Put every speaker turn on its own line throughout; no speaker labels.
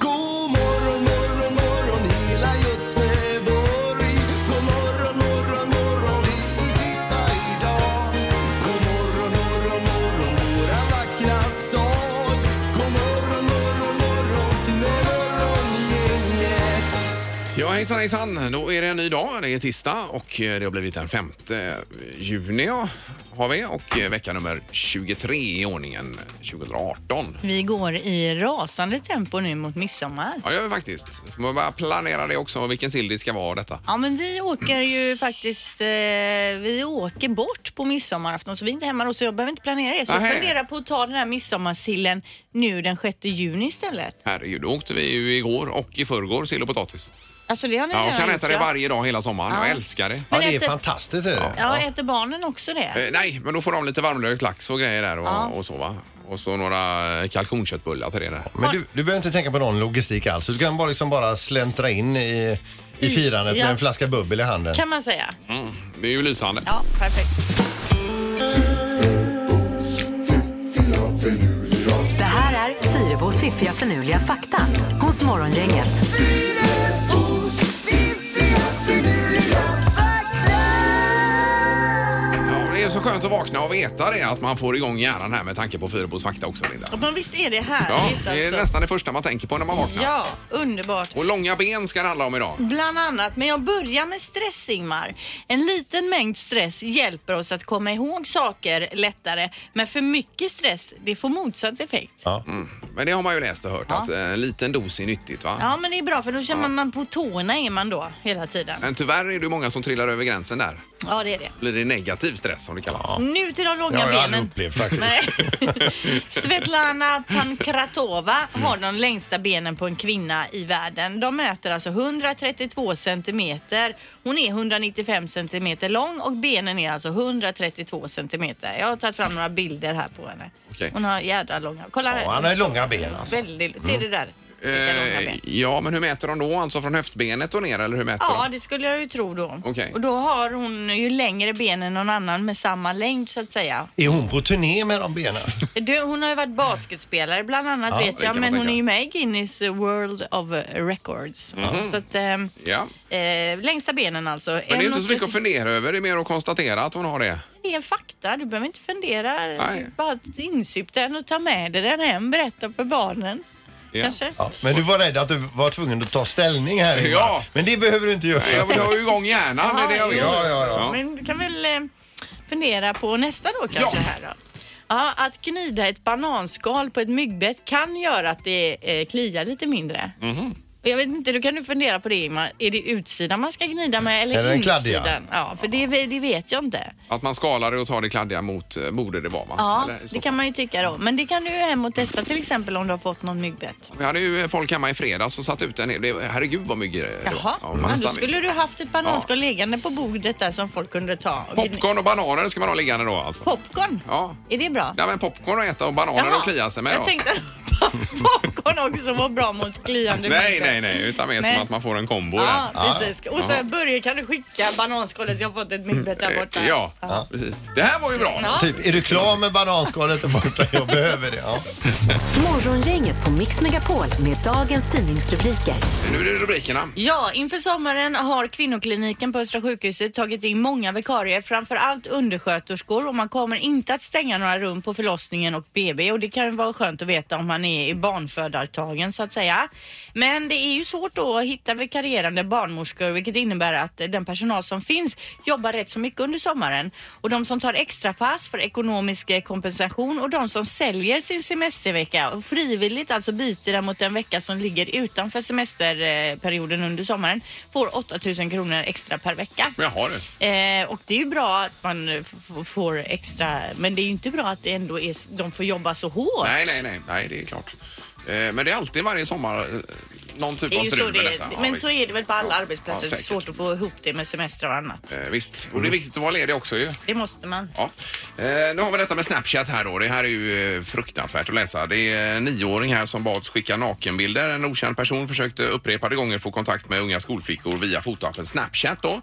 God morgon, morgon, morgon hela Göteborg. God morgon, morgon, morgon det är tisdag idag. God morgon, morgon, morgon våra vackra stad. God morgon, morgon, morgon till morgongänget.
Ja, hejsan hejsan. Då är det en ny dag. Det är tisdag och eh, det har blivit den 5 juni ja, har vi och eh, vecka nummer 23 i ordningen 2018.
Vi går i rasande tempo nu mot midsommar.
Ja, det gör vi faktiskt. Får man bara planera det också, vilken sill det ska vara och detta.
Ja, men vi åker ju faktiskt eh, vi åker bort på midsommarafton så vi är inte hemma då så jag behöver inte planera det. Så jag
Nähä.
funderar på att ta den här midsommarsillen nu den 6 juni istället.
Herregud, då åkte vi ju igår och i förrgår sill och potatis.
Alltså det har ni
Ja, och
redan
kan
gjort,
äta det
ja.
varje dag hela sommaren.
Ja.
Jag älskar det.
Men
Ja, det är
äter-
fantastiskt. Är det?
Ja, äter barnen också det?
Eh, nej, men då får de lite varmlök, lax och grejer där och,
Ja.
och så va. Och så några eh, kalkonköttbullar till det där.
Men du, du behöver inte tänka på någon logistik alls. Du kan bara, liksom bara släntra in i, i firandet
ja.
med en flaska bubbel i handen.
Kan man säga.
Det är ju lysande.
Ja, perfekt.
Det här är Fyrabos fiffiga förnuliga fakta hos Morgongänget.
Fyrabos fiffiga finurliga fakta.
Ja, det är så skönt att vakna och veta det, att man får igång hjärnan här med tanke på Fyrebos fakta också, Linda.
Men visst är det
Ja,
härligt
det är
alltså?
nästan det första man tänker på när man vaknar.
Ja, underbart.
Och långa ben ska det handla om idag.
Bland annat, men jag börjar med stress Ingmar. En liten mängd stress hjälper oss att komma ihåg saker lättare, men för mycket stress, det får motsatt effekt.
Ja.
Men det har man ju läst och hört, att eh, en liten dos är nyttigt va?
Ja, men det är bra för då känner man, man på tårna är man då hela tiden.
Men tyvärr är det många som trillar över gränsen där.
Ja, det är det.
Blir det negativ stress som det kallas.
Nu till de
Det
långa
har jag aldrig
benen.
upplevt faktiskt.
Nej. Svetlana Pankratova har de längsta benen på en kvinna i världen. De mäter alltså 132 centimeter. Hon är 195 centimeter lång och benen är alltså 132 centimeter. Jag har tagit fram några bilder här på henne.
Okej.
Hon har jädra långa. Kolla
Ja, han
här.
har ju långa ben alltså.
Väldigt, ser du där? Vilka långa ben.
Eh, ja, men hur mäter de då? Alltså från höftbenet och ner eller hur mäter
Ja,
de?
det skulle jag ju tro då.
Okej.
Och då har hon ju längre ben än någon annan med samma längd så att säga.
Är hon på turné med de benen?
Du, hon har ju varit basketspelare bland annat
Ja,
vet
det
jag,
kan man
men hon
tänka.
är ju med i Guinness World of Records. Så att, ehm,
Ja.
eh, längsta benen alltså.
Men det är inte så mycket att fundera över, det är mer att konstatera att hon har det.
Det är en fakta, du behöver inte fundera.
Nej.
Bara insup den och ta med dig den hem, berätta för barnen.
Ja.
Kanske?
Ja. Men du var rädd att du var tvungen att ta ställning här Ingmar.
Ja.
Men det behöver du inte göra.
Nej, Jag vill ha igång hjärnan, det är det jag vill.
Ja, ja, ja.
Men du kan väl eh, fundera på nästa då kanske
Ja.
här då. Ja, att gnida ett bananskal på ett myggbett kan göra att det eh, kliar lite mindre.
Mhm.
Och Jag vet inte, då kan du fundera på det Ingmar. Är det utsidan man ska gnida med eller,
Eller den
insidan?
kladdiga.
Ja, för det, det vet jag inte.
Att man skalar det och tar det kladdiga mot, eh, borde det vara va?
Ja,
Eller så
det kan man ju tycka då. Men det kan du ju hem och testa till exempel om du har fått någon myggbett.
Vi hade ju eh, folk hemma i fredags och satt ut en hel det- Herregud vad mycket det var.
Jaha, ja,
massa
då skulle
mygg.
du haft ett bananskal liggande på bordet där som folk kunde ta. Och gnida-
Popcorn och bananer ska man ha liggande då alltså?
Popcorn?
Ja.
Är det bra?
Nej men popcorn att äta och bananer
Jaha,
att klia sig med
Jag
då.
tänkte att popcorn också var bra mot kliande
Nej,
myggbett.
nej, nej, utan mer
Nej.
som att man får en kombo
Ja,
där.
precis. Och så Börje, kan du skicka bananskalet? Jag har fått ett myggbett där borta.
Eh, Ja, precis. Det här var ju bra.
Ja.
Typ, är du klar med bananskalet där borta? Jag behöver det. Ja.
Morgongänget på Mix Megapol med dagens tidningsrubriker.
Nu är det rubrikerna.
Ja, inför sommaren har kvinnokliniken på Östra sjukhuset tagit in många vikarier, framför allt undersköterskor och man kommer inte att stänga några rum på förlossningen och BB och det kan ju vara skönt att veta om man är i barnfödartagen så att säga. Men det är ju svårt då att hitta vikarierande barnmorskor vilket innebär att den personal som finns jobbar rätt så mycket under sommaren och de som tar extra pass för ekonomisk eh, kompensation och de som säljer sin semestervecka och frivilligt alltså byter den mot en vecka som ligger utanför semesterperioden under sommaren får 8000 kronor extra per vecka.
Jaha du.
Eh, och det är ju bra att man eh, f- f- får extra, men det är ju inte bra att det ändå är, s- de får jobba så hårt.
Nej, nej, nej, nej, det är klart. Eh, Men det är alltid varje sommar eh, någon typ
Det
av
är ju så
strul
det
med
är.
detta. Ja,
Men
visst.
så är det väl på alla arbetsplatser.
Ja,
det är
säkert.
svårt Mm. att få ihop det med semester och annat.
Eh, visst, och det är viktigt att vara ledig också ju.
Det måste man.
Ja. Eh, nu har vi detta med Snapchat här då. Det här är ju eh, fruktansvärt att läsa. Det är en nioåring här som bads skicka nakenbilder. En okänd person försökte upprepade gånger få kontakt med unga skolflickor via fotoappen Snapchat då.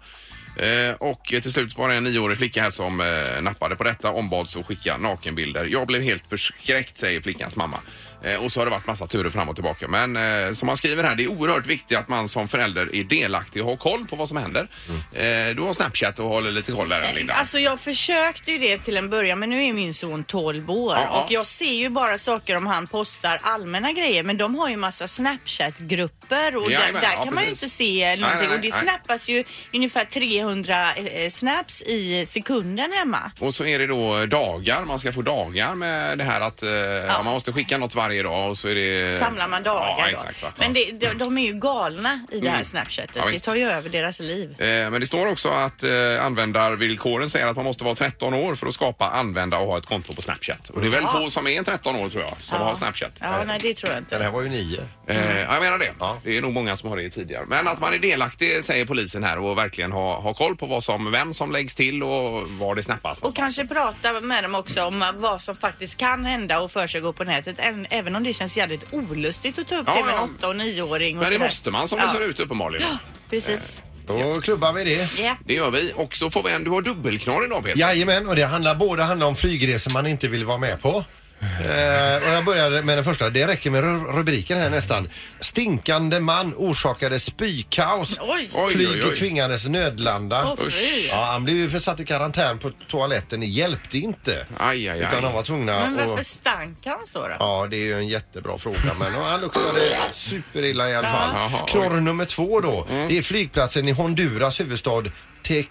Eh, och eh, till slut var det en nioårig flicka här som eh, nappade på detta, ombads att skicka nakenbilder. Jag blev helt förskräckt, säger flickans mamma. Eh, och så har det varit massa turer fram och tillbaka. Men eh, som man skriver här, det är oerhört viktigt att man som förälder är delaktig och har koll på vad som händer. Eh, du har Snapchat och håller lite koll där, Linda.
Alltså jag försökte ju det till en början men nu är min son 12 år
Ja, ja.
och jag ser ju bara saker om han postar allmänna grejer men de har ju massa Snapchat-grupper och där,
Jajamän,
där
ja,
kan man ju
precis.
inte se någonting
nej,
och det
nej.
snappas ju ungefär 300 eh, snaps i sekunden hemma.
Och så är det då dagar, man ska få dagar med det här att eh, ja. man måste skicka något varje dag och så är det...
Samlar man dagar
Eh, ja,
då.
Exakt, va?
Men det, de, de är ju galna i det här Snapchatet.
Ja,
det
visst.
tar ju över deras liv.
Eh, Men det står också att eh, användarvillkoren säger att man måste vara 13 år för att skapa, använda och ha ett konto på Snapchat. Och det är väl få som är 13 år tror jag, som har Snapchat.
Ja, nej det tror jag inte.
Den här var ju nio.
Eh, jag menar det.
Ja.
Det är nog många som har det tidigare. Men att man är delaktig säger polisen här och verkligen har ha koll på vad som, vem som läggs till och var det snappas.
Och kanske prata med dem också om vad som faktiskt kan hända och försiggå på nätet. Än- Även om det känns jävligt olustigt att ta upp
Ja,
det med
ja.
en åtta och nioåring. Och
Men det
sådär.
måste man som det
Ja.
ser ut Eh. uppenbarligen.
Ja, precis.
Då klubbar vi det.
Ja.
Det gör vi. Och så får vi en, du har dubbelknorr idag Peter.
Jajamän, och det handlar både handlar om flygresor man inte vill vara med på. Eh, och jag börjar med den första. Det räcker med ru- rubriken här nästan. Stinkande man orsakade spykaos.
Oj.
Oj,
Flyg
oj, oj.
tvingades nödlanda.
Åh, fy. Usch.
ja, han blev ju försatt i karantän på toaletten. Det hjälpte inte.
Aj, aj, aj.
Utan de var tvungna
Men varför
att...
stank han så då?
Ja, det är ju en jättebra fråga. Men ja, han luktade superilla i alla fall.
Jaha, oj. Mm.
Knorr nummer två då. Det är flygplatsen i Honduras huvudstad Te-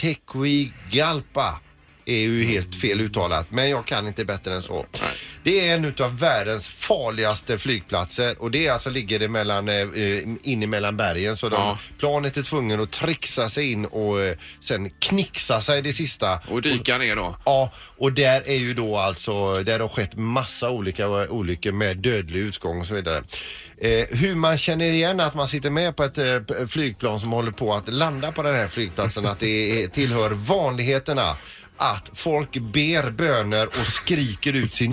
Tegucigalpa. är ju helt fel uttalat, men jag kan inte bättre än så. Det är en utav världens farligaste flygplatser och det är alltså ligger det mellan, eh, eh, in emellan bergen så de,
Ja.
planet är tvungen att trixa sig in och eh, sen knixa sig det sista
Och dyka ner då.
Ja, och där är ju då alltså, där har skett massa olika olyckor med dödlig utgång och så vidare. Eh, hur man känner igen att man sitter med på ett eh, p- flygplan som håller på att landa på den här flygplatsen, att det är, tillhör vanligheterna att folk ber böner och skriker ut sin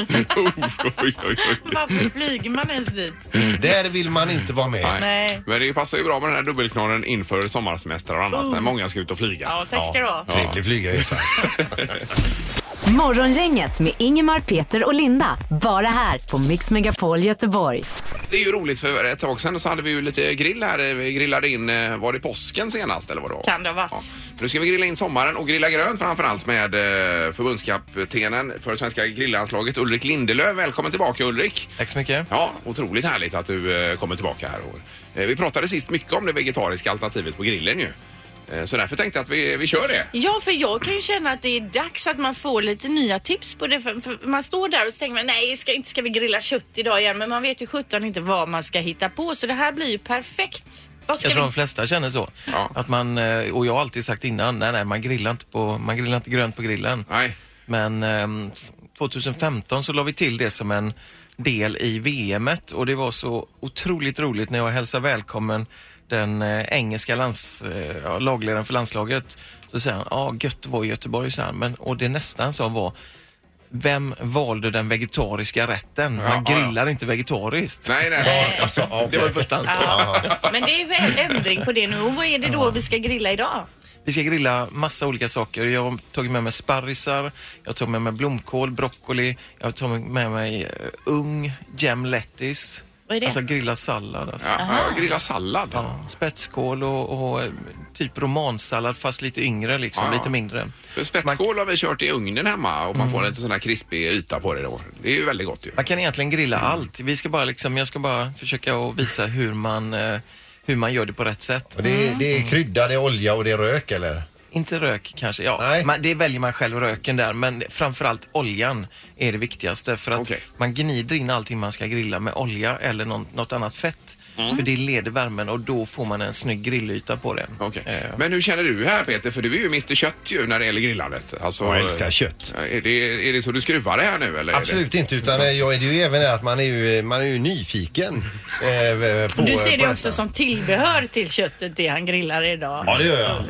oj, oj, oj.
Varför flyger man ens dit?
Där vill man inte vara med.
Nej.
Men det passar ju bra med den här dubbelknorren inför sommarsemester och annat när många ska ut och flyga.
Oh. Ja, tack ska du ha.
Trevlig flygresa.
Morgongänget med Ingemar, Peter och Linda. Bara här på Mix Megapol Göteborg.
Det är ju roligt för ett tag sedan så hade vi ju lite grill här. Vi grillade in, eh, var det påsken senast eller vad det var?
Kan det ha varit.
Nu ska vi grilla in sommaren och grilla grönt framförallt med eh, förbundskaptenen för svenska grillanslaget Ulrik Lindelöf. Välkommen tillbaka Ulrik!
Tack så mycket.
Ja, otroligt härligt att du eh, kommer tillbaka här. Och, eh, vi pratade sist mycket om det vegetariska alternativet på grillen ju. Eh, så därför tänkte jag att vi, vi kör det.
Ja, för jag kan ju känna att det är dags att man får lite nya tips på det. För, för man står där och så tänker man, nej, ska, inte ska vi grilla kött idag igen. Men man vet ju sjutton inte vad man ska hitta på. Så det här blir ju perfekt. Vad ska
Jag tror
vi...
de flesta känner så.
Ja.
Att man, eh, och jag har alltid sagt innan, nej, nej, man grillar inte, på, man grillar inte grönt på grillen.
Nej.
Men ehm, 2015 så la vi till det som en del i VMet och det var så otroligt roligt när jag hälsade välkommen den eh, engelska lands, eh, ja, lagledaren för landslaget. Så säger han, ja ah, gött var i Göteborg, säger han. Men, och det nästan sa var, vem valde den vegetariska rätten?
Ja,
Man
ja, ja.
grillar inte vegetariskt.
Nej, nej.
Alltså, ja,
Det var i första hand så.
Men det är väl ändring på det nu. Och vad är det då vi ska grilla idag?
Vi ska grilla massa olika saker. Jag har tagit med mig sparrisar, jag tog med mig blomkål, broccoli, jag har tagit med mig eh, ung gem lettuce.
Vad är det?
Alltså grillad sallad. Alltså.
Ja, ja, grilla sallad.
Ja, spetskål och, och eh, typ romansallad fast lite yngre liksom,
Ja.
lite mindre.
För Spetskål har vi kört i ugnen hemma och man
Mm.
får lite sån här krispig yta på det då. Det är ju väldigt gott ju.
Man kan egentligen grilla allt. Vi ska bara liksom, jag ska bara försöka att visa hur man, eh, hur man gör det på rätt sätt.
Och det, är- det är krydda, det är olja och det är rök eller?
Inte rök kanske. Ja,
Nej.
man, det väljer man själv, röken där. Men framförallt oljan är det viktigaste. För att
Okej.
man gnider in allting man ska grilla med olja eller någon, något annat fett.
Mm.
För det leder värmen och då får man en snygg grillyta på det.
Okej.
Eh,
Men hur känner du här Peter? För du är ju Mr Kött ju när det gäller grillandet. Alltså,
Jag älskar kött.
eh, Är det, är det så du skruvar det här nu eller? är det-
Absolut inte, utan eh, jag är det ju även det att man är ju, man är ju nyfiken. eh, på,
Du
på
ser det
detta.
också som tillbehör till köttet, det han grillar idag.
Ja, det gör jag.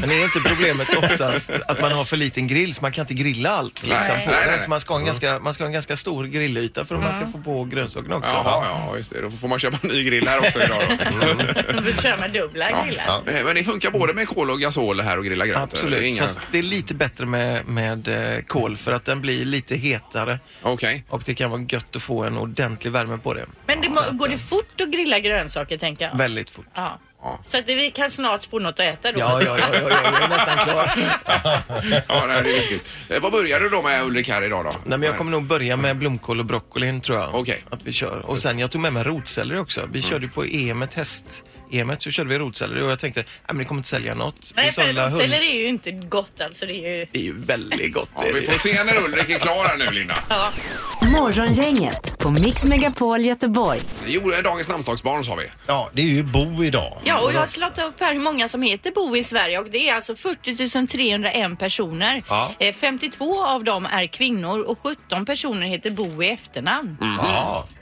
Men är inte problemet oftast att man har för liten grill så man kan inte grilla allt liksom,
Nej.
på
Nej, nej,
den?
nej. Mm.
Så man ska, ha en ganska, man ska ha en ganska stor grillyta för att man ska få på grönsakerna också.
Jaha, ja, just det. Då får man köpa en ny grill här också idag då.
Du får köra med dubbla grillar.
Eh, Men det funkar både med kol och gasol här och grilla grönt?
Absolut,
Det är inga-
fast det är lite bättre med, med eh, kol för att den blir lite hetare
Okej.
och det kan vara gött att få en ordentlig värme på det.
Men det må, går det fort att grilla grönsaker tänker jag?
Väldigt fort.
Ja. Så att vi kan snart få något att äta då.
Ja, ja, ja, ja, ja, jag är nästan klar.
Ja, det här är viktigt. Eh, Vad börjar du då med Ulrik här idag då?
Nej, men jag kommer nog börja med blomkål och broccolin tror jag.
Okej. Mm.
Att vi kör. Och sen jag tog med mig rotselleri också. Vi körde ju på E EM, häst EM E så körde vi rotselleri och jag tänkte, nej men det kommer inte sälja något.
Nej,
Vi
för
sålde hund-
rotselleri är ju inte gott alltså. Det är ju...
Det är ju väldigt gott.
Ja,
är det
vi
ju.
får se när Ulrik är klar här nu Linda.
Morgongänget på Mix Megapol Göteborg.
Jo, eh, dagens namnsdagsbarn sa vi.
Ja, det är ju Bo idag.
Ja, och jag har slått upp här hur många som heter Bo i Sverige och det är alltså 40 301 personer.
Ja.
Eh, 52 av dem är kvinnor och 17 personer heter Bo i efternamn.
Ja.
Eh,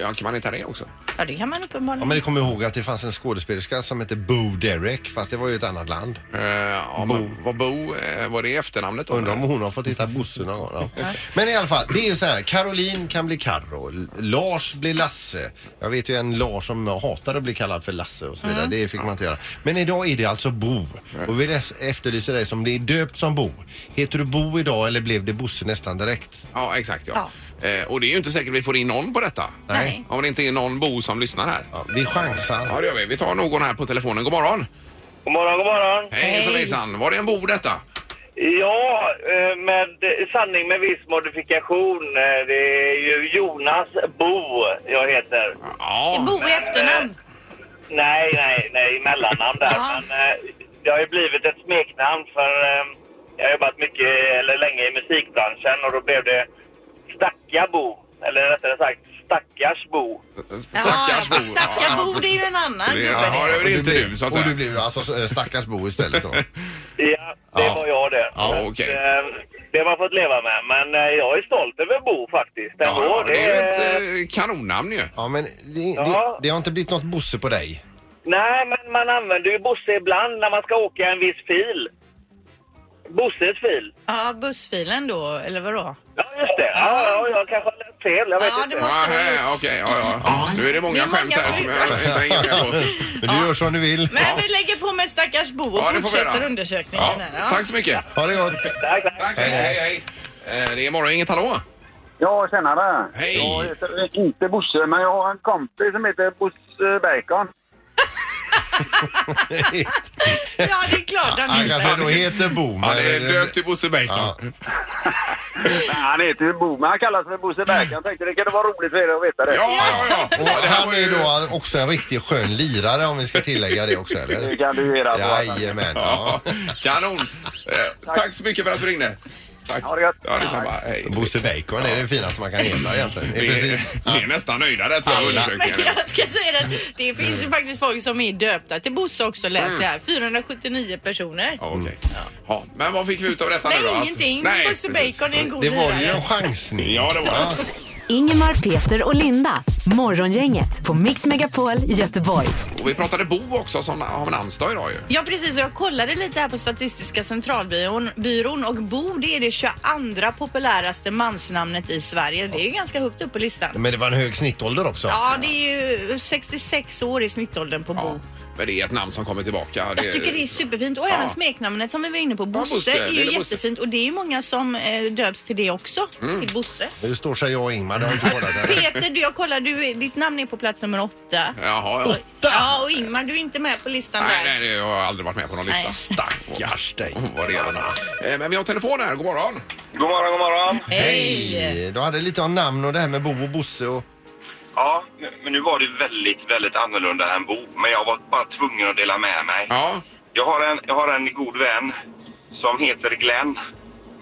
Ja, kan man inte ha det också?
Ja, det kan man
ja,
uppenbarligen.
men ni kommer ihåg att det fanns en skådespelerska som hette Bo Derek, fast det var ju ett annat land.
Eh, ja, men vad Bo, eh, var det efternamnet då?
Undrar om hon har fått hitta Bosse någon gång. Ja. Men i alla fall, det är ju så här. Caroline kan bli Carro. L- Lars blir Lasse. Jag vet ju en Lars som hatar att bli kallad för Lasse och så vidare. Det fick man inte göra. Men idag är det alltså Bo. Och vi res- efterlyser dig som det är döpt som Bo. Heter du Bo idag eller blev det Bosse nästan direkt?
Ja, exakt ja. Eh, och det är ju inte säkert vi får in någon på detta.
Nej.
Om det inte är någon Bo som lyssnar här.
Ja, vi chansar.
Ja, det gör vi. Vi tar någon här på telefonen. God morgon!
God morgon, god morgon.
Hej hejsan, hejsan! Var det en Bo detta?
Ja, eh, med sanning med viss modifikation. eh, Det är ju Jonas Bo jag heter.
Ja.
Bo i efternamn.
Nej, nej, nej, mellannamn där.
Ja.
Men eh, det har ju blivit ett smeknamn för eh, jag har jobbat mycket, eller länge i musikbranschen och då blev det Stacka Bo. Eller rättare sagt Stackars Bo.
Stackars Bo.
Stackar Bo, det är ju en annan
Det-
gubbe
ja, det
det.
är det inte
blev-
du så att
Och du
säga.
blev alltså eh, stackars Bo istället då.
Ja, det
Ja.
var jag det.
Ja,
Så att,
okej.
eh, Det har man fått leva med. Men eh, jag är stolt över Bo faktiskt.
Ja,
Ändå.
ja, det är ju
är-
ett eh, kanonnamn ju.
Ja, men det, det,
Ja.
det har inte blivit något Bosse på dig.
Nej, men man använder ju Bosse ibland när man ska åka en viss fil. Bosses fil.
Ja, bussfilen då, eller vadå?
Ja, just det. Ja, ja, jag kanske har läst fel. Jag vet
Ja,
inte.
det måste
Ja,
vara
hej, okej, ja, ja. Nu är det
Det
många
är
skämt här
många
som
Bo.
jag inte hänger med på.
Men du gör som du vill.
Men vi lägger på med stackars Bo och
Ja, det får vi
fortsätter
göra.
undersökningen.
Ja,
här, ja.
tack så mycket.
Ha det gott.
Tack, tack.
Tack, hej, hej. hej. Eh, Det är morgon, inget hallå?
Ja, tjenare.
Hej.
Jag heter inte Bosse, men jag har en kompis som heter Bosse Bacon.
ja, det är klart han
Han kanske
inte.
då heter Bo.
Ja,
men-
det är döpt till Bosse Bacon.
Ja.
Nej, han heter ju Bo, men han kallas för Bosse Bacon. Jag tänkte det kunde vara roligt för er att veta det.
Ja, ja, ja.
Och
ja det här
han
var
är
ju...
då också en riktigt skön lirare om vi ska tillägga det också
Det
eller?
kan du göra.
Jajamän. Ja.
Ja, kanon. Eh, Tack så mycket för att du ringde. Tack.
Ha det gött.
Ja, detsamma. Hej.
Bosse Bacon är det finaste man kan heta egentligen. Det är
Vi är,
precis.
vi är nästan nöjda där tror jag
Men
undersökningen.
jag ska säga det, att det finns ju faktiskt folk som är döpta till Bosse också
Mm.
läser jag här. 479 personer.
Ja, okej. Ja, men vad fick vi ut av detta nu
Nej,
då? Att-
ingenting.
Nej,
Bosse
precis.
Bacon är en god
Det var ju
lirare.
en chansning.
Ja, det var det.
Ingemar, Peter och Linda. Morgongänget på Mix Megapol Göteborg.
Och vi pratade Bo också som har namnsdag idag ju.
Ja precis och jag kollade lite här på Statistiska centralbyrån byrån, och Bo det är det 22 populäraste mansnamnet i Sverige. Det är ju ganska högt upp på listan.
Men det var en hög snittålder också.
Ja det är ju 66 år i snittåldern på Bo.
Ja. Men det är ett namn som kommer tillbaka.
Jag tycker det är superfint och även smeknamnet som vi var inne på, Bosse,
Bosse,
är ju
lille Bosse. Mm.
jättefint och det är ju många som eh, döps till det också, till Bosse.
Nu står sig jag och Ingmar. Det har inte varit där.
Peter, du, jag kollar, du, ditt namn är på plats nummer åtta.
Jaha, ja.
Ja, och Ingmar, du är inte med på listan
Nej,
där.
nej, det har jag aldrig varit med på någon lista.
Nej.
Stackars dig. Vad det är. Eh, Men vi har telefon här. God morgon.
God morgon, god morgon.
Hej!
Du hade lite om namn och det här med Bo och Bosse och...
Ja, men nu var det väldigt, väldigt annorlunda än Bo. Men jag var bara tvungen att dela med mig.
Ja.
Jag har en, jag har en god vän som heter Glenn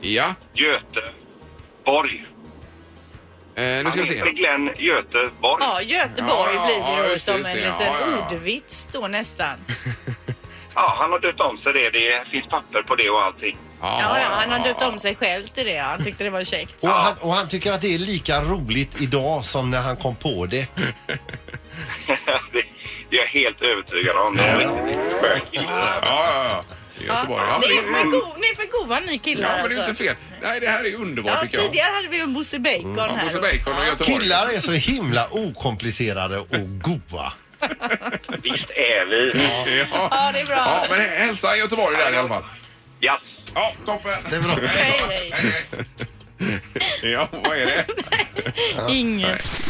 Ja.
Göte Borg.
Eh, nu ska vi se.
Glenn Göteborg.
Ja, Göteborg
Ja,
blir
ja,
det då
just det,
som
just
en
det.
liten
Ja, ja, ja.
ordvits då nästan.
Ja, han har döpt om sig det. Det finns papper på det och allting.
Ja, ja, han har döpt om sig själv till det. Han tyckte det var käckt.
Och han, och han tycker att det är lika roligt idag som när han kom på det.
det, det är jag helt övertygad om. Det är en riktigt skön kille.
Ja, ja, ja. I Göteborg. Ja,
ni, är
men
för
det,
go- ni är för goda ni
ja,
killar
men det är ju inte
alltså.
fel. Nej, det här är ju underbart
Ja,
tycker jag. Mm.
tidigare hade vi ju en Bosse Bacon
Ja,
här.
Bosse Bacon och Göteborg.
Killar är så himla okomplicerade och goa.
Visst är vi.
Ja.
Ja, det är bra.
Ja, men hälsa Göteborg där i alla fall.
Yes.
Ja, toppen.
Det är bra.
Hej, hej.
hej. Ja, vad är det?
Inget.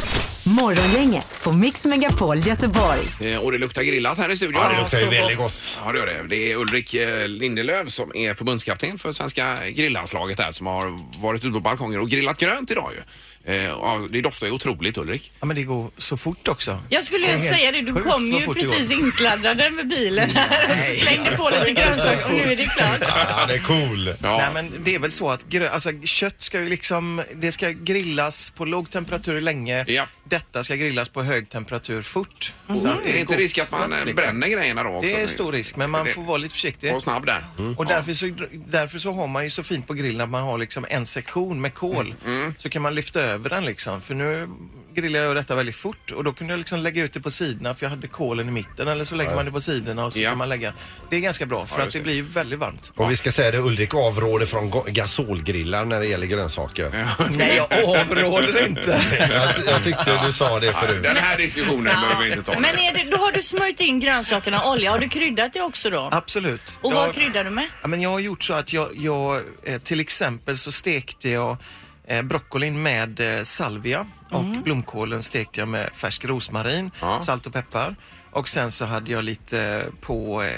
Morgongänget på Mix Megapol Göteborg.
Eh, Och det luktar grillat här i studion.
Ja, det luktar ju
Så
väldigt
gott.
gott.
Ja, det gör det. Det är Ulrik eh, Lindelöf som är förbundskapten för svenska grillanslaget där som har varit ute på balkongen och grillat grönt idag ju. Eh, ja, Det doftar ju otroligt Ulrik.
Ja, men det går så fort också.
Jag skulle ju
är helt
säga det, du
sjukt
kom
vad
ju
fort det går.
precis insladdad med bilen här. Så slängde på lite grönsaker och nu är det klart.
Han är cool.
Ja.
Nej men det är väl så att grö- alltså, kött ska ju liksom, det ska grillas på låg temperatur länge.
Ja. Mm.
Detta ska grillas på hög temperatur fort. Så att
Det är inte
går
risk att man
snabbt,
eh,
liksom.
bränner grejerna då också.
Det är stor risk Mm. men man får vara lite försiktig.
Var snabb där.
Och därför så, därför så har man ju så fint på grillen att man har liksom en sektion med kol.
Mm,
Så kan man lyfta över den liksom. För nu grillade jag detta väldigt fort och då kunde jag liksom lägga ut det på sidorna för jag hade kolen i mitten. Eller så lägger man det på sidorna och så
Ja.
kan man lägga. Det är ganska bra för
Ja,
att
just
det
det.
blir ju väldigt varmt.
Och vi ska säga det, Ulrik avråder från go- gasolgrillar när det gäller grönsaker.
Nej, jag avråder inte.
Jag, jag tyckte du sa det förut.
Den här diskussionen behöver vi inte ta.
Men är det, då har du smörjt in grönsakerna och olja. Har du kryddat det också då?
Absolut.
Och
Jag-
vad kryddar du med?
Ja, men jag har gjort så att jag, jag eh, till exempel så stekte jag eh, broccolin med eh, salvia och blomkålen stekte jag med färsk rosmarin,
Mm. Ja.
salt och peppar. Och sen så hade jag lite eh, på eh,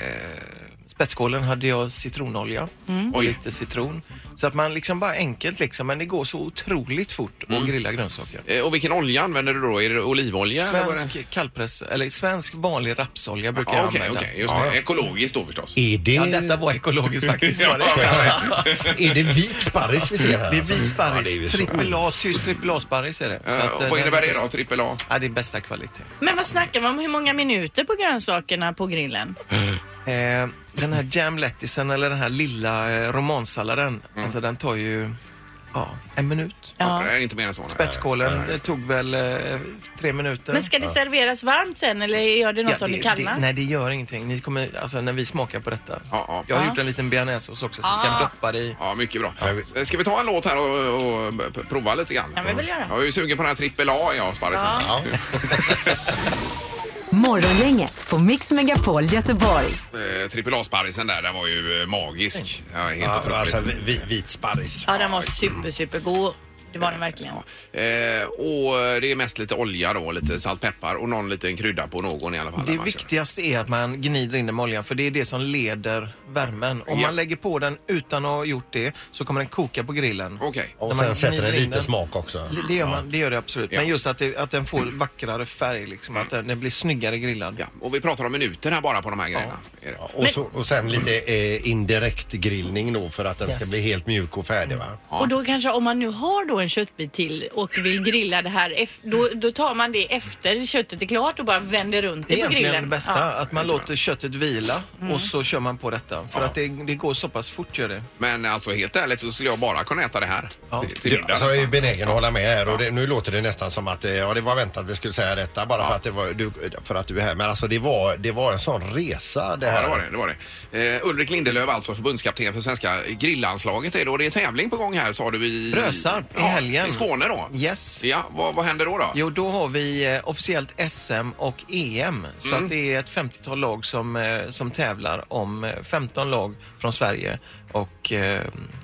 spetskålen hade jag citronolja och
Oj.
lite citron. Så att man liksom bara enkelt liksom, men det går så otroligt fort
Mm.
att grilla grönsaker.
Eh, Och vilken olja använder du då? Är det olivolja? eller vad är det?
Svensk kallpress, eller svensk vanlig rapsolja brukar
Ja,
jag
Okej,
använda.
okej. Just det. Ekologiskt då förstås.
Är det,
Ja, detta var ekologiskt faktiskt. var det.
är det vit sparris vi ser här?
Det är vit
Ja, det är ju
sparris,
så.
trippel A, tysk trippel A-sparris är det. Så
Eh,
att, eh,
Vad
den-
innebär det då? Trippel A?
Ja, det är bästa kvalitet.
Men vad snackar man om? Hur många minuter på grönsakerna på grillen?
Eh, den här jam lettisen eller den här lilla eh, romansalladen, alltså den tar ju ja, en minut.
Mm. Ja. Det är inte mer än så. nej.
Spetskålen det tog väl eh, tre minuter.
Men ska det serveras varmt sen eller gör det något om det kallnar?
nej, det gör ingenting. Ni kommer, alltså, när vi smakar på detta.
Ja, ja.
Jag har gjort en liten bearnaisesås också som vi kan doppa det i.
Ja, mycket bra.
Ja, vi-
Eh, Ska vi ta en låt här och, och, p- prova lite grann?
Kan vi väl göra.
Ja, Jag är ju sugen på den här trippel A, jag sparrisen.
Ja.
Morgongänget på Mix Megapol Göteborg.
Eh, Trippel A-sparrisen där, den var ju eh, magisk. Ja, helt
Ja,
otroligt.
alltså, vi- vi- vit sparris.
Ja, den var super, super god. Det var den verkligen.
Eh, och det är mest lite olja då, lite saltpeppar och någon liten krydda på någon i alla fall. där
Det
man kör.
viktigaste är att man gnider in den med oljan för det är det som leder värmen. Om
Ja.
man lägger på den utan att ha gjort det så kommer den koka på grillen.
Okej.
När
Och
man
sen sätter
gnider
det
in
lite
den-
smak också.
Det- Det gör, man, det gör det absolut. Men just att, det, att den får vackrare färg, liksom, att den, den blir snyggare grillad.
Ja, och vi pratar om minuter här bara på de här grejerna. Är det?
Ja, Och, så, och sen lite eh, indirekt grillning då för att den ska
Yes.
bli helt mjuk och färdig va?
Och då kanske om man nu har då en köttbit till och vill grilla det här, eff- då, då tar man det efter köttet är klart och bara vänder runt
Det
det på
är egentligen
grillen.
det bästa, att man låter köttet vila och så kör man på detta. För att det, det går så pass fort gör det.
Men alltså helt ärligt så skulle jag bara kunna äta det här.
Ja.
Till, till
Du,
middag.
alltså, jag är ju
nästan.
benägen att hålla med här och det, nu låter det nästan som att eh, ja, det var väntat att vi skulle säga detta bara för, att det var, du, för att du är här. Men alltså det var, det var en sån resa det
Ja,
här.
det var det. det, var det. Eh, Ulrik Lindelöf, alltså förbundskapten för svenska grillanslaget. Är det, och det är tävling på gång här sa du i...
Brösarp i
ja,
helgen.
I Skåne då?
Yes.
Ja, vad, vad händer då? då?
Jo, då har vi eh, officiellt SM och EM. Så
Mm.
att det är ett 50-tal lag som, eh, som tävlar om eh, 15 lag från Sverige och eh,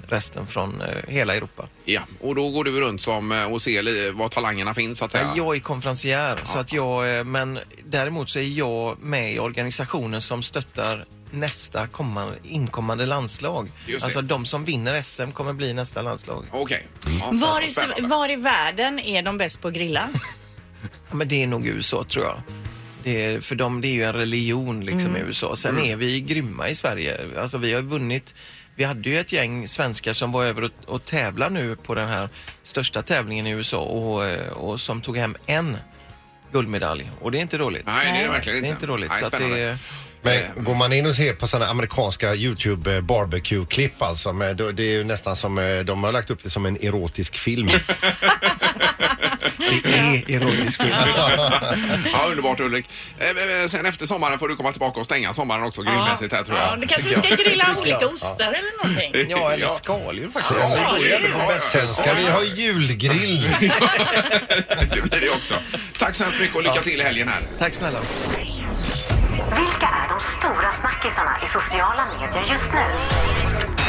resten från eh, hela Europa.
Ja, och då går du runt som eh, och ser li- var talangerna finns så att säga.
Nej, Eh, Jag är konferencier, så att jag, eh, men däremot så är jag med i organisationen som stöttar nästa kommande, inkommande landslag.
Just det.
Alltså de som vinner SM kommer bli nästa landslag.
Okej. Ja, fan,
Var
vad
i,
spännande.
var i världen är de bäst på att grilla?
Ja, men det är nog USA tror jag. Det är,
Mm.
för dem, det är ju en religion liksom i USA. Sen är vi grymma i Sverige. Alltså vi har ju vunnit Vi hade ju ett gäng svenskar som var över och, och tävla nu på den här största tävlingen i USA och, eh, och som tog hem en guldmedalj. Och det är inte dåligt.
Nej, det är det verkligen inte.
Det är inte dåligt.
Nej,
så att det
spännande.
är,
Men går man in och ser på sådana amerikanska YouTube eh, barbecue-klipp alltså, men då- det är ju nästan som, eh, de har lagt upp det som en erotisk film.
det är erotisk film.
Ja, underbart Ulrik. Eh, eh, Sen efter sommaren får du komma tillbaka och stänga sommaren också grillmässigt här tror jag.
Ja, det kanske vi
Tycker
ska
jag.
grilla olika ostar eller någonting.
Ja, eller skaldjur faktiskt.
Ja,
Skaldjur.
det är det bra.
Sen ska vi ha julgrill.
Det blir det också. Tack så hemskt mycket och lycka till i helgen här.
Tack snälla.
Vilka är de stora snackisarna i sociala medier just nu?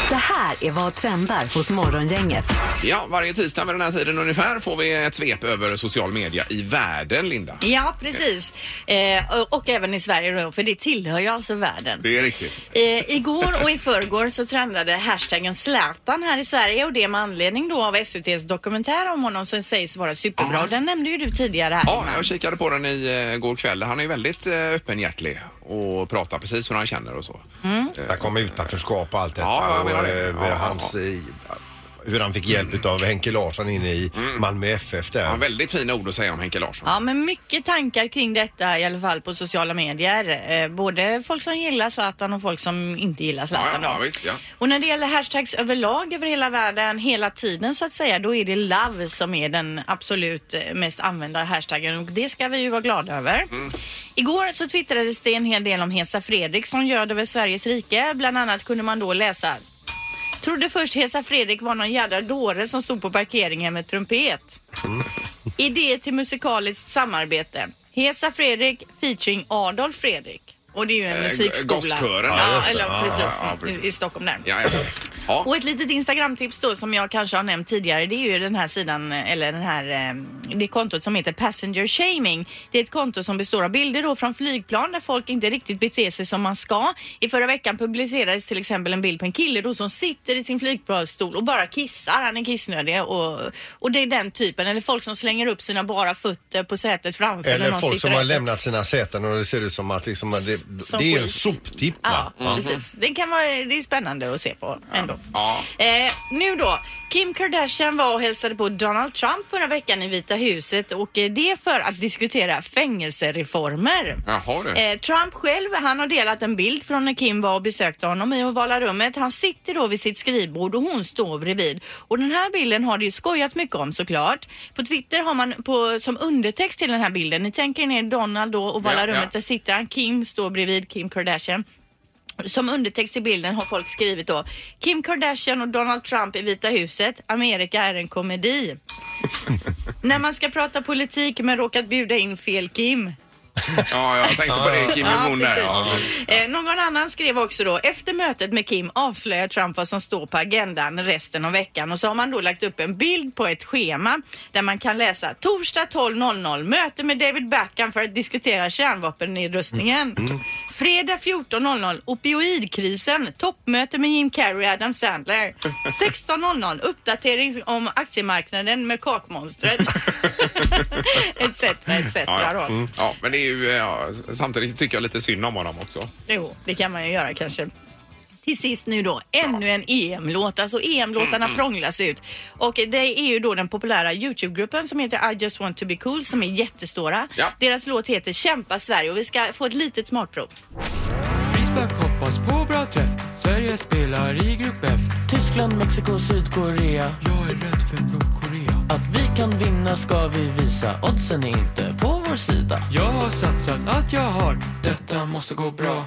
Det här är vad trendar hos Morgongänget.
Ja, varje tisdag vid den här tiden ungefär får vi ett svep över social media i världen, Linda.
Ja, precis. Eh, och, och även i Sverige då, för det tillhör ju alltså världen.
Det är riktigt.
Eh, igår och i förrgår så trendade hashtaggen Zlatan här i Sverige och det med anledning då av SVTs dokumentär om honom som sägs vara superbra. Den nämnde ju du tidigare här.
Ja, jag kikade på den i eh, går kväll. Han är väldigt eh, öppenhjärtig och pratar precis hur han känner och så.
Där kommer utanförskap och allt detta.
Ja, jag menar
och,
det.
eh,
Ja, ja,
hans,
ja.
eh, hur han fick hjälp av Henke Larsson inne i
Mm.
Malmö FF där.
Han har väldigt fina ord att säga om Henke Larsson.
Ja, men mycket tankar kring detta i alla fall på sociala medier. Eh, både folk som gillar Zlatan och folk som inte gillar Zlatan.
Ja, ja,
då.
visst, ja.
Och när det gäller hashtags överlag över hela världen, hela tiden så att säga, då är det love som är den absolut eh, mest använda hashtaggen och det ska vi ju vara glada över.
Mm.
Igår så twittrades det en hel del om Hesa Fredrik som gör över Sveriges rike. Bland annat kunde man då läsa Trodde först Hesa Fredrik var någon jädra dåre som stod på parkeringen med trumpet. Idé till musikaliskt samarbete. Hesa Fredrik featuring Adolf Fredrik. Och det är ju en
Eh,
musikskola.
gosskören.
Ja,
Ja, just det.
eller
Ja,
precis,
ja, ja, precis.
I, i Stockholm där.
Ja, ja. ja.
Och ett litet Instagramtips då som jag kanske har nämnt tidigare det är ju den här sidan eller den här eh, det kontot som heter Passenger Shaming. Det är ett konto som består av bilder då från flygplan där folk inte riktigt beter sig som man ska. I förra veckan publicerades till exempel en bild på en kille då som sitter i sin flygplansstol och bara kissar. Han är kissnödig och, och det är den typen eller folk som slänger upp sina bara fötter på sätet framför när
Eller
någon
folk
sitter
som har
efter.
lämnat sina säten och det ser ut som att liksom, det,
Som
det är en
skit.
soptipp.
Ja, mm,
va? Ja.
precis. Det, kan vara, det är spännande att se på ändå.
Ja.
Eh, nu då. Kim Kardashian var och hälsade på Donald Trump förra veckan i Vita huset och eh, det är för att diskutera fängelsereformer.
Jaha du.
Eh, Trump själv, han har delat en bild från när Kim var och besökte honom i ovala rummet. Han sitter då vid sitt skrivbord och hon står bredvid. Och den här bilden har det ju skojats mycket om såklart. På Twitter har man på, som undertext till den här bilden, ni tänker ner Donald då, ovala
Ja, ja.
rummet, där sitter han. Kim står bredvid Kim Kardashian. Som undertext i bilden har folk skrivit då Kim Kardashian och Donald Trump i Vita huset. Amerika är en komedi. När man ska prata politik men råkat bjuda in fel Kim.
Ja, jag tänkte på det. Kim Jong-Un där. Ja.
precis. Eh, någon annan skrev också då, efter mötet med Kim avslöjar Trump vad som står på agendan resten av veckan och så har man då lagt upp en bild på ett schema där man kan läsa torsdag 12.00 möte med David Beckham för att diskutera kärnvapennedrustningen.
Mm.
Fredag 14.00 opioidkrisen, toppmöte med Jim Carrey och Adam Sandler. 16.00 uppdatering om aktiemarknaden med kakmonstret. etc. etc.
Ja, ja.
då.
Mm. ja, men det är ju, eh, ja, samtidigt tycker jag lite synd om honom också.
Jo, det kan man ju göra kanske. Till sist nu då, ännu en EM-låt. Alltså EM-låtarna prånglas ut. Och det är ju då den populära YouTube-gruppen som heter I just want to be cool som är jättestora.
Ja.
Deras låt heter Kämpa Sverige och vi ska få ett litet smakprov.
Frisberg hoppas på bra träff. Sverige spelar i grupp F. Tyskland, Mexiko, Sydkorea. Jag är rädd för Nordkorea. Att vi kan vinna ska vi visa. Oddsen är inte på vår sida. Jag har satsat att jag har. Detta måste gå bra.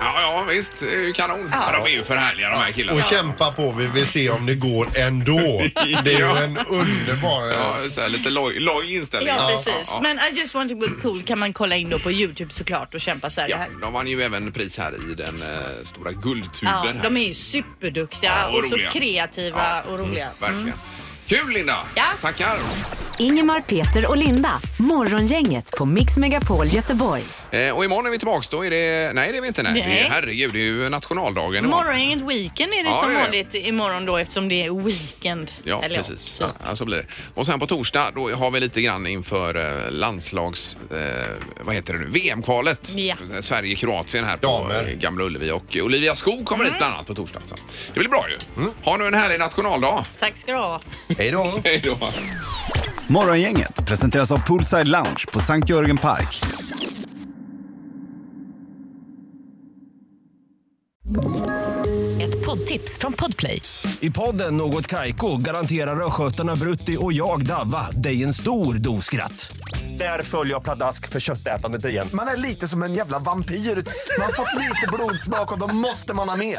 Ja, ja, visst. Det är ju kanon. Ja. de är ju för härliga de här killarna.
Och kämpa på, vi vill se om det går ändå. Det är ju en underbar...
Ja, så här, lite loj, loj inställning.
Ja, precis.
ja.
Men I just want to be cool kan man kolla in då på YouTube såklart och Kämpa Sverige
Ja,
här.
de vann ju även pris här i den eh, stora guldtuben.
Ja,
här.
de är ju superduktiga
Ja, och
och, så
roliga.
kreativa
Ja, mm,
och roliga.
Verkligen. Kul Linda!
Ja.
Tackar!
Ingemar, Peter och Linda. Morgongänget på Mix Megapol Göteborg.
Eh, och imorgon är vi tillbaka. Då är det... Nej, det är vi inte. Nej.
Nej.
Det är, herregud, det är ju nationaldagen imorgon.
Morgongänget Weekend är det
Ja,
som
det är det.
vanligt imorgon då eftersom det är weekend.
Ja,
Eller
precis. Ja, ja, så blir det. Och sen på torsdag då har vi lite grann inför eh, landslags... Eh, vad heter det nu? VM-kvalet.
Ja.
Sverige-Kroatien här på
Damer.
eh, Gamla Ullevi. Och Olivia Skog kommer
Mm.
hit bland annat på torsdag. Så. Det blir bra ju. Ha nu en härlig nationaldag.
Tack ska du ha.
Hej då!
Hej då.
Morgongänget presenteras av Poolside Lounge på Sankt Jörgen Park.
Ett poddtips från Podplay.
I podden Något Kaiko garanterar östgötarna Brutti och jag, Davva, dig en stor dos skratt. Där följer jag pladask för köttätandet igen.
Man är lite som en jävla vampyr. Man har fått lite blodsmak och då måste man ha mer.